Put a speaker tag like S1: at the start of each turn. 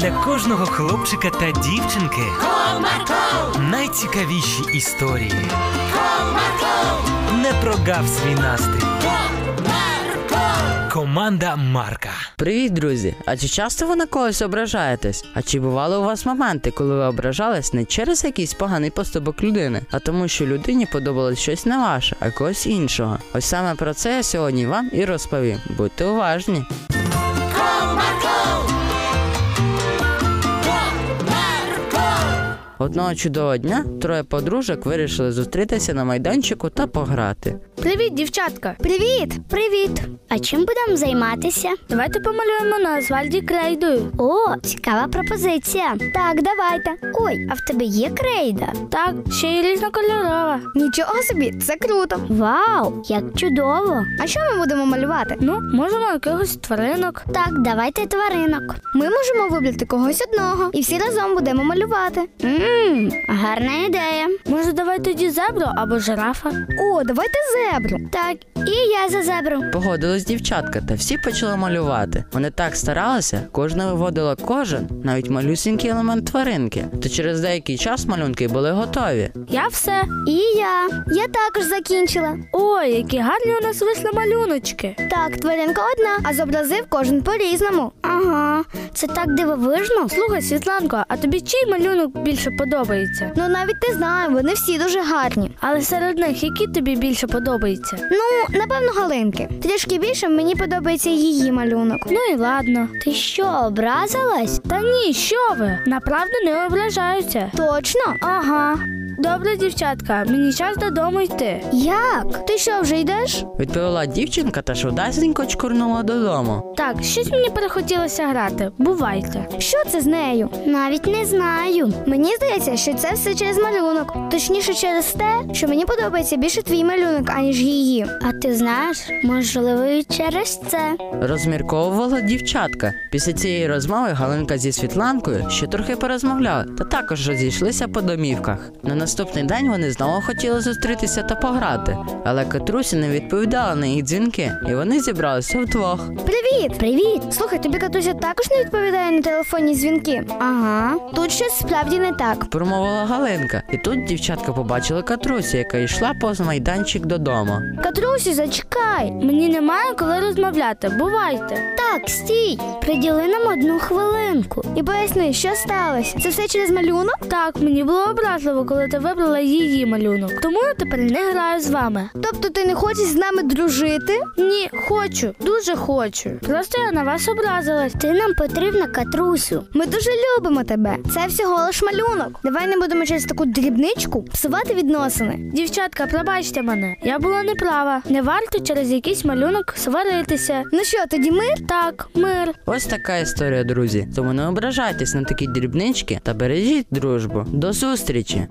S1: для кожного хлопчика та дівчинки
S2: Comarco,
S1: найцікавіші історії.
S2: Comarco,
S1: Не прогав свій настрій.
S2: Comarco,
S1: Команда Марка.
S3: Привіт, друзі! А чи часто ви на когось ображаєтесь? А чи бували у вас моменти, коли ви ображались не через якийсь поганий поступок людини, а тому, що людині подобалось щось не ваше, а когось іншого? Ось саме про це я сьогодні вам і розповім. Будьте уважні!
S2: Comarco, Comarco,
S3: Одного чудового дня троє подружок вирішили зустрітися на майданчику та пограти.
S4: Привіт, дівчатка!
S5: Привіт! Привіт! А чим будемо займатися?
S4: Давайте помалюємо на асфальті крейдою.
S5: О, цікава пропозиція. Так, давайте. Ой, а в тебе є крейда?
S4: Так, ще й різнокольорова.
S6: Нічого собі, це круто.
S5: Вау, як чудово!
S6: А що ми будемо малювати?
S4: Ну, можемо якихось тваринок.
S5: Так, давайте тваринок.
S6: Ми можемо вибрати когось одного і всі разом будемо малювати.
S5: Мм, гарна ідея.
S4: Може, давай тоді зебру або жирафа.
S6: О, давайте зебру.
S5: Так, і я за зебру.
S3: Погодились дівчатка, та всі почали малювати. Вони так старалися, кожна виводила кожен, навіть малюсінький елемент тваринки. То через деякий час малюнки були готові.
S4: Я все.
S5: І я. Я також закінчила.
S4: Ой, які гарні у нас вийшли малюночки.
S6: Так, тваринка одна, а зобразив кожен по-різному.
S5: Ага, це так дивовижно.
S4: Слухай, Світланко, а тобі чий малюнок більше подобається?
S6: Ну навіть не знаю, вони всі дуже гарні.
S4: Але серед них які тобі більше подобається?
S6: Ну, напевно, галинки. Трішки більше мені подобається її малюнок.
S4: Ну і ладно.
S5: Ти що, образилась?
S4: Та ні, що ви? Направду не ображаюся.
S6: Точно?
S4: Ага. Добре, дівчатка, мені час додому йти.
S6: Як? Ти що, вже йдеш?
S3: Відповіла дівчинка та швидесенько чкурнула додому.
S4: Так, щось мені перехотілося грати. Бувайте.
S6: Що це з нею?
S5: Навіть не знаю.
S6: Мені здається, що це все через малюнок. Точніше, через те, що мені подобається більше твій малюнок, аніж її.
S5: А ти знаєш, можливо, і через це.
S3: Розмірковувала дівчатка. Після цієї розмови Галинка зі Світланкою ще трохи порозмовляли та також розійшлися по домівках. На наступний день вони знову хотіли зустрітися та пограти, але Катруся не відповідала на їх дзвінки, і вони зібралися вдвох.
S6: Привіт!
S5: Привіт!
S6: Слухай, тобі Катуся також не відповідає на телефонні дзвінки. Ага, тут щось справді не так.
S3: Промовила Галинка, і тут дівчатка побачила Катрусю, яка йшла повз майданчик додому.
S6: Катрусю, зачекай.
S4: Мені немає коли розмовляти. Бувайте.
S5: Так, стій! Приділи нам одну хвилинку.
S6: І поясни, що сталося. Це все через малюнок?
S4: Так, мені було образливо, коли ти вибрала її малюнок. Тому я тепер не граю з вами.
S6: Тобто ти не хочеш з нами дружити?
S4: Ні, хочу, дуже хочу. Просто я на вас образилась.
S5: Ти нам потрібна катрусю.
S6: Ми дуже любимо тебе. Це всього лиш малюнок. Давай не будемо через таку дрібничку псувати відносини.
S4: Дівчатка, пробачте мене. Я була неправа. Не варто через якийсь малюнок сваритися.
S6: Ну що, тоді ми?
S4: Так, мир.
S3: Ось така історія, друзі. Тому не ображайтесь на такі дрібнички та бережіть дружбу. До зустрічі!